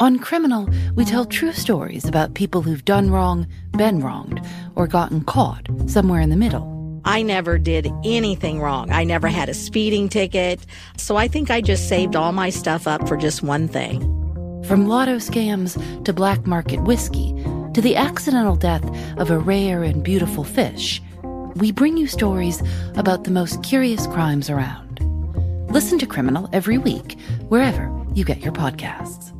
On Criminal, we tell true stories about people who've done wrong, been wronged, or gotten caught somewhere in the middle. I never did anything wrong. I never had a speeding ticket. So I think I just saved all my stuff up for just one thing. From lotto scams to black market whiskey to the accidental death of a rare and beautiful fish, we bring you stories about the most curious crimes around. Listen to Criminal every week, wherever you get your podcasts.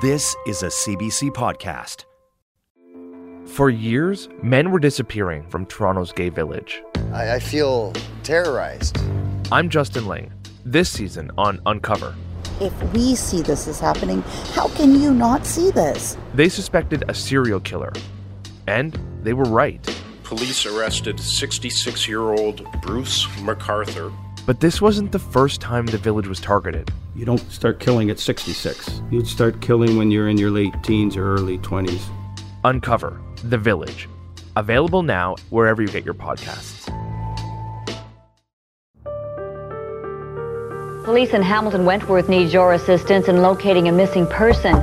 This is a CBC podcast. For years, men were disappearing from Toronto's gay village. I, I feel terrorized. I'm Justin Ling. This season on Uncover, If we see this is happening, how can you not see this? they suspected a serial killer. And they were right. Police arrested 66 year old Bruce MacArthur. But this wasn't the first time the village was targeted. You don't start killing at 66. You'd start killing when you're in your late teens or early 20s. Uncover The Village. Available now wherever you get your podcasts. Police in Hamilton Wentworth need your assistance in locating a missing person.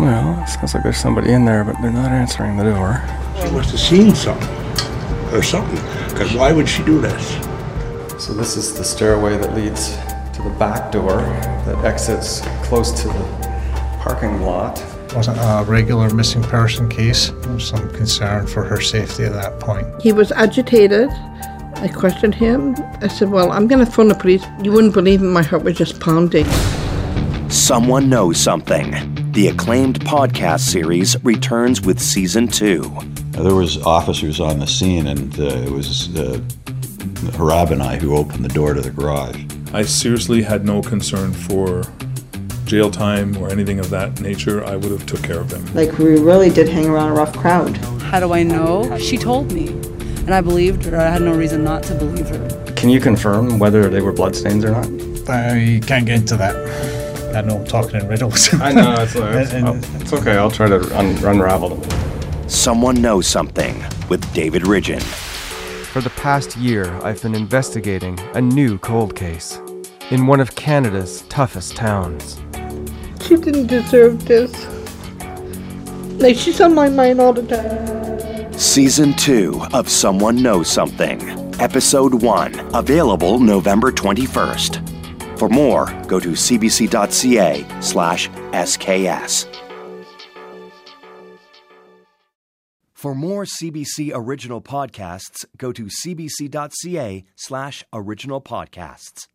Well, it sounds like there's somebody in there, but they're not answering the door. She must have seen something or something, because why would she do this? So this is the stairway that leads to the back door that exits close to the parking lot. wasn't a regular missing person case. There was some concern for her safety at that point. He was agitated. I questioned him. I said, Well, I'm going to phone the police. You wouldn't believe it, my heart was just pounding. Someone knows something. The acclaimed podcast series returns with season two. There was officers on the scene, and uh, it was uh, Harab and I who opened the door to the garage. I seriously had no concern for jail time or anything of that nature. I would have took care of him. Like, we really did hang around a rough crowd. How do I know? She told me, and I believed her. I had no reason not to believe her. Can you confirm whether they were bloodstains or not? I can't get into that. I know I'm talking in riddles. And- and- it's okay. I'll try to un- unravel them. Someone knows something with David Ridgen. For the past year, I've been investigating a new cold case in one of Canada's toughest towns. She didn't deserve this. Like, she's on my mind all the time. Season two of Someone Knows Something, Episode one, available November 21st. For more, go to cbc.ca slash SKS. For more CBC original podcasts, go to cbc.ca slash original podcasts.